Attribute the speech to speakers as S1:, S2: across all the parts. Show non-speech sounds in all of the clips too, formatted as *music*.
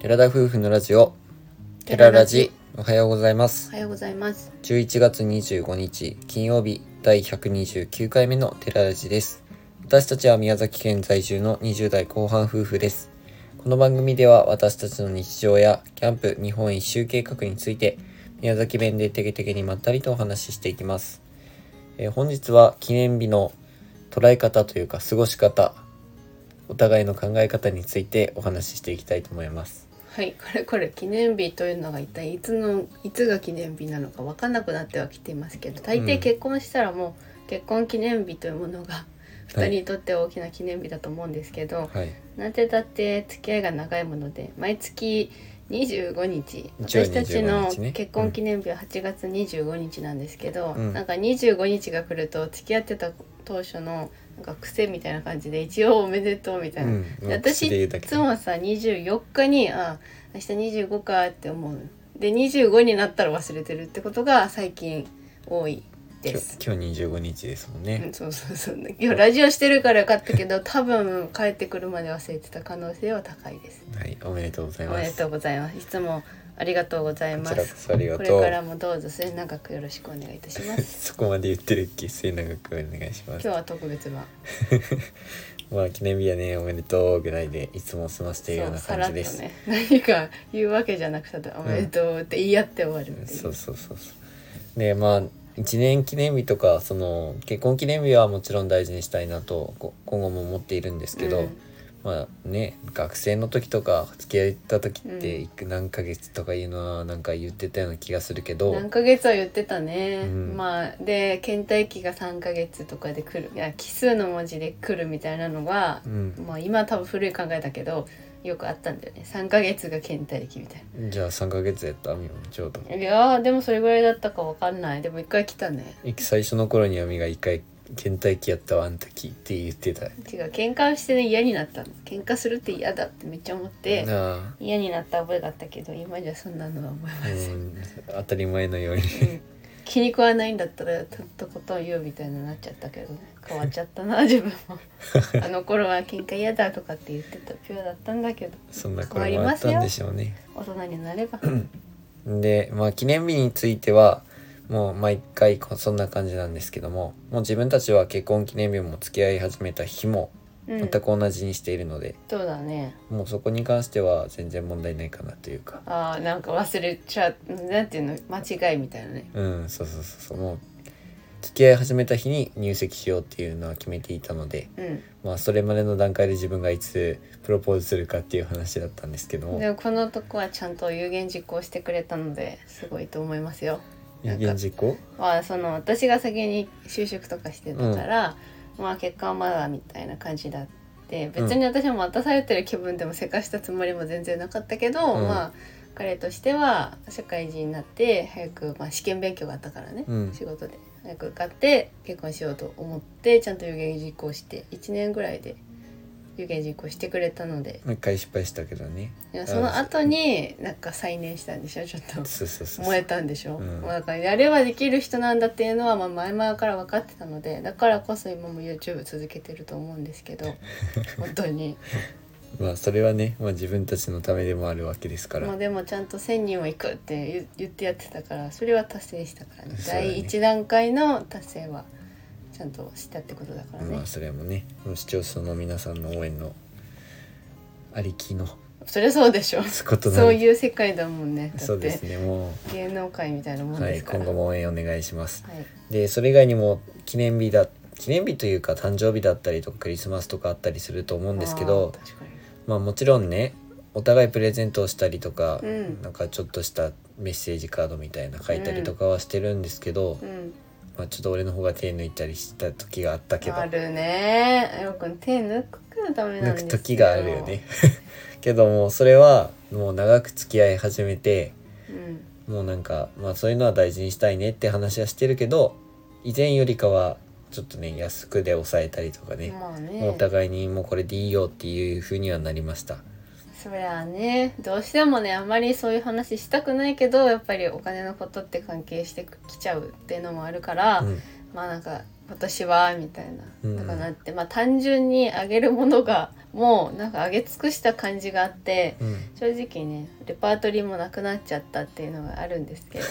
S1: 寺田夫婦のラジオ寺ラジおはようございます
S2: おはようございます
S1: 11月25日金曜日第129回目の寺ラジです私たちは宮崎県在住の20代後半夫婦ですこの番組では私たちの日常やキャンプ日本一周計画について宮崎弁でテケテケにまったりとお話ししていきます、えー本日は記念日の捉え方というか過ごし方お互いの考え方についてお話ししていきたいと思います
S2: はいこれこれ記念日というのが一体いつのいつが記念日なのか分かんなくなってはきていますけど大
S1: う
S2: 抵
S1: ん
S2: 結婚したらもう結婚記念日というものが
S1: は
S2: 2人
S1: い
S2: にとって大きな記念日だと思うんですけど、
S1: はい
S2: なんてだって付き合いが長いもので毎月25日
S1: 一応
S2: 私たちの
S1: 25日ね
S2: 結婚記念日は8月25日なんですけど、
S1: うん
S2: なんか25日が来ると付き合ってた当初のなんか癖みたいな感じで一応おめでとうみたいな、
S1: うん
S2: で私
S1: 口で言う
S2: い
S1: だけ
S2: つもさ24日にあ明日25かって思うで25になったら忘れてるってことが最近多いです。
S1: 今日今日25日ですもんね、
S2: うんそうそうそう今日ラジオしてるからよかったけど多分帰ってくるまで忘れてた可能性は高いです
S1: はい、おめでとうござい
S2: お
S1: ま。
S2: めですとうございますいつもありがとうござい
S1: こ
S2: ま
S1: ちらこ
S2: す
S1: そありが
S2: こと
S1: う。
S2: れからもどうぞ末永くよろしくお願いいたします
S1: *laughs* そこまで言ってるっけ、末永くお願いしま
S2: 今
S1: す
S2: 日。は特別版
S1: まあ記念日やね、おめでとうぐらいでいつも済ませているような
S2: さ
S1: 感
S2: ら
S1: じ
S2: っと
S1: です。
S2: ね何か言うわけじゃなくただおめでとうって言い合って終わるっていう
S1: そうそうそうそう。で、まあ一年記念日とかその結婚記念日はもちろん大事にしたいなとこ今後も思っているんですけど、
S2: うん
S1: まあね学生の時とか付き合った時って
S2: うん
S1: いく何ヶ月とかいうのはなんか言ってたような気がするけど、
S2: 何ヶ月は言ってたね、
S1: うん
S2: まあで倦怠期が3ヶ月とかで来るいや奇数の文字で来るみたいなのが
S1: う、ん、
S2: まあ今は多分古い考えだけどよくあったんだよね3ヶ月が倦怠期みたい
S1: じゃあ三ヶ月やったみもちょうど。
S2: ないやーでもそれぐらいだったかわかんないでも一回来たね
S1: 最初の頃にアミが一回倦怠期やったわあん時って言ってた
S2: 違う喧嘩してね嫌になったの喧嘩するって嫌だってめっちゃ思って
S1: なあ
S2: 嫌になった覚えがあったけど今じゃそんなのは思いません、
S1: うん当たり前のように *laughs*
S2: うん気に食わないんだったらとっとことん言うみたいになっちゃったけどね変わっちゃった
S1: *laughs*
S2: な自分もあの頃は喧嘩嫌だとかって言ってたピュアだったんだけど
S1: そんな頃もあったんでしょうね
S2: 大人にな
S1: *clears throat*
S2: れば
S1: でまあ記念日についてはもう毎回こそんな感じなんですけどももう自分たちは結婚記念日も付き合い始めた日も
S2: うん
S1: 全く同じにしているので、
S2: そうだね
S1: もうそこに関しては全然問題ないかなというか
S2: あーなんか忘れちゃうなんていうの間違いみたいなね
S1: うんそうそうそうそうもう付き合い始めた日に入籍しようっていうのは決めていたので
S2: うん
S1: まあそれまでの段階で自分がいつプロポーズするかっていう話だったんですけども
S2: でもこのとこはちゃんと有言実行してくれたのですごいと思いますよ
S1: 有言実行
S2: まあその私が先に就職とかしてたから、まあ結果はまだみたいな感じだって別に私も待たされてる気分でもせかしたつもりも全然なかったけど、
S1: うん
S2: まあ彼としては社会人になって早く、まあ、試験勉強があったからね、
S1: うん
S2: 仕事で早く受かって結婚しようと思ってちゃんと有言実行して1年ぐらいで有言実行してくれたので
S1: 一回失敗したけどね
S2: いやその後になんか再燃したんでしょちょっと。
S1: そうそうそうそう
S2: 燃えたんでしょ、
S1: うん
S2: まあだからやればできる人なんだっていうのはまあ前々から分かってたのでだからこそ今も YouTube 続けてると思うんです
S1: *laughs*
S2: けど本当に
S1: まあそれはね、まあ、自分たちのためでもあるわけですから、
S2: もうでもちゃんと1,000人は行くって言言ってやってたからそれは達成したからね
S1: そうだね
S2: 第1段階の達成はちゃんとしたってことだからね、
S1: まあそれもねもう視聴者の皆さんの応援のありきの
S2: そりゃそうでしょ
S1: ことな
S2: そ
S1: の
S2: う
S1: で
S2: いう世界だもんねだ
S1: そ
S2: っ
S1: うです
S2: て
S1: ねも
S2: 芸能界みたいなもん
S1: うは
S2: で
S1: い
S2: すから、
S1: 今後も応援お願いします
S2: はい
S1: でそれ以外にも記念日だ記念日というか誕生日だったりとかクリスマスとかあったりすると思うんですけど
S2: あー確かに
S1: まあもちろんねお互いプレゼントをしたりとか、
S2: うん
S1: なんかちょっとしたメッセージカードみたいな書いたりとかはしてるんですけど、
S2: うん
S1: まあ、ちょっと俺の方が手抜いたりした時があったけど
S2: あるねよく手抜くからダメな
S1: 抜
S2: んです
S1: く
S2: よ
S1: 時があるよね *laughs* けどもうそれはもう長く付き合い始めて
S2: うん
S1: もうなんか、まあ、そういうのは大事にしたいねって話はしてるけど以前よりかはちょっとね安くで抑えたりとかね、
S2: まあ
S1: もうお
S2: ね
S1: 互いにもうこれでいいよっていう風にはなりました。
S2: そりゃあねどうしてもねあんまりそういう話したくないけどやっぱりお金のことって関係してきちゃうっていうのもあるから、
S1: うん
S2: まあなんか私はみたいな、
S1: うん
S2: とかなって、まあ、単純にあげるものがもうなんかあげ尽くした感じがあって
S1: うん
S2: 正直ねレパートリーもなくなっちゃったっていうのがあるんです
S1: *laughs*
S2: けど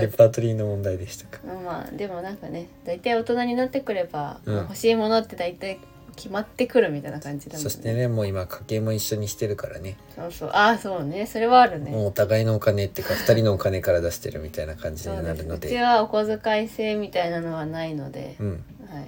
S1: レパートリーの問題でした
S2: *laughs*
S1: か。
S2: まあでもなんかね大体大人になってくれば、
S1: うん
S2: まあ欲しいものって大体決まってくるみたいな感じだもん
S1: そしてねもう今家計も一緒にしてるからね
S2: そうそうああそうねそれはあるね。
S1: もうお互いのお金っていうか2人のお金から出してるみたいな感じ
S2: そ
S1: に
S2: う
S1: なる
S2: です
S1: の
S2: う
S1: で
S2: ちはお小遣い制みたいなのはないので、
S1: うん
S2: はい、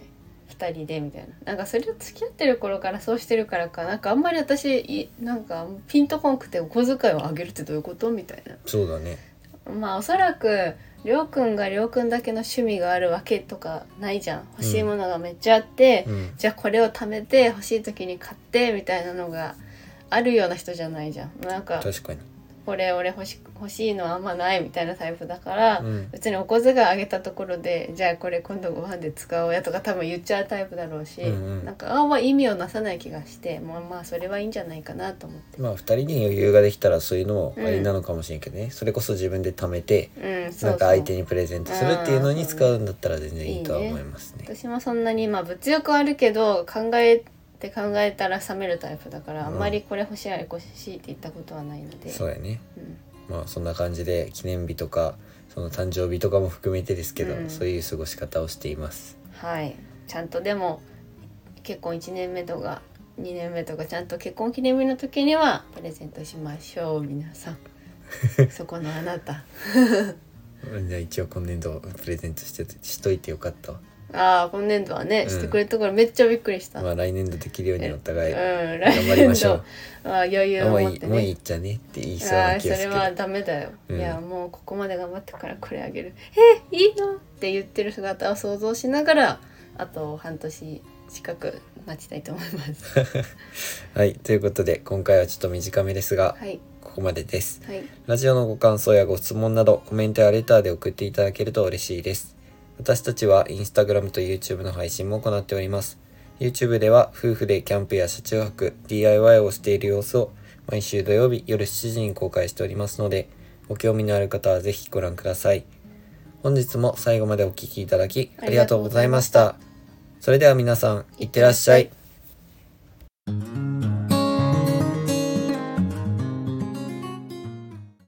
S2: 2人でみたいななんかそれを付き合ってる頃からそうしてるからかなんかあんまり私いなんかピンとこんくてお小遣いをあげるってどういうことみたい
S1: そうだね
S2: なまあおそらくりょうくんがりょうくんだけの趣味があるわけとかないじゃん欲しいものがめっちゃあって、
S1: うん
S2: じゃあこれを貯めて欲しい時に買ってみたいなのがあるような人じゃないじゃんなんか
S1: 確かに
S2: これ俺欲し欲しいのあんまないみたいなタイプだから、
S1: うん
S2: 別にお小遣いあげたところでじゃあこれ今度ご飯で使おうやとか多分言っちゃうタイプだろうし、
S1: うんうん
S2: なんかあんま意味をなさない気がしてまあまあそれはいいんじゃないかなと思って。
S1: まあ2人に余裕ができたらそういうのもありなのかもしれんけどね、それこそ自分で貯めて
S2: うん、そ
S1: な
S2: うそ
S1: ん
S2: う
S1: か相手にプレゼントするっていうのに使うんだったら全然いいとは思いますね。
S2: 私もそんなにまあ物欲はあるけど考えて考えたら冷めるタイプだから、
S1: うん
S2: あんまりこれ欲しいあれ欲しいって言ったことはないので
S1: そうやね
S2: うん
S1: まあそんな感じで記念日とかその誕生日とかも含めてですけど、
S2: うん
S1: そういう過ごし方をしています。
S2: はいちゃんとでも結婚1年目とか2年目とかちゃんと結婚記念日の時にはプレゼントしましょう皆
S1: *laughs*
S2: さんそこのあなた
S1: じゃあ一応今年度プレゼントしてしといてよかったわ。
S2: ああ今年度はねしてくれたからめっちゃびっくりした、
S1: まあ来年度できるようにお互い
S2: う
S1: 頑
S2: ん来
S1: 張りま
S2: 年
S1: しょ
S2: 度
S1: う
S2: は。余裕
S1: も
S2: を
S1: う
S2: 持っ
S1: いい
S2: て
S1: もういい
S2: ね
S1: っちゃねって言いそう
S2: あ
S1: な
S2: あそ
S1: 気がす
S2: れ
S1: る
S2: は
S1: け
S2: ダメだよ、
S1: うん
S2: いやもうここまで頑張ったからこれあげる「えいいの?」って言ってる姿を想像しながらあと半年近く待ちたいと思い
S1: *laughs*
S2: ます。
S1: ど。はいということで今回はちょっと短めですが
S2: はい、
S1: ここまでです。
S2: はい
S1: ラジオのご感想やご質問などコメントやレターで送っていただけると嬉しいです。私たちはインスタグラムと YouTube の配信も行っております。YouTube では夫婦でキャンプや車中泊、DIY をしている様子を毎週土曜日夜7時に公開しておりますので、ご興味のある方はぜひご覧ください。本日も最後までお聴きいただきありがとうございました。それでは皆さん、いってらっしゃい。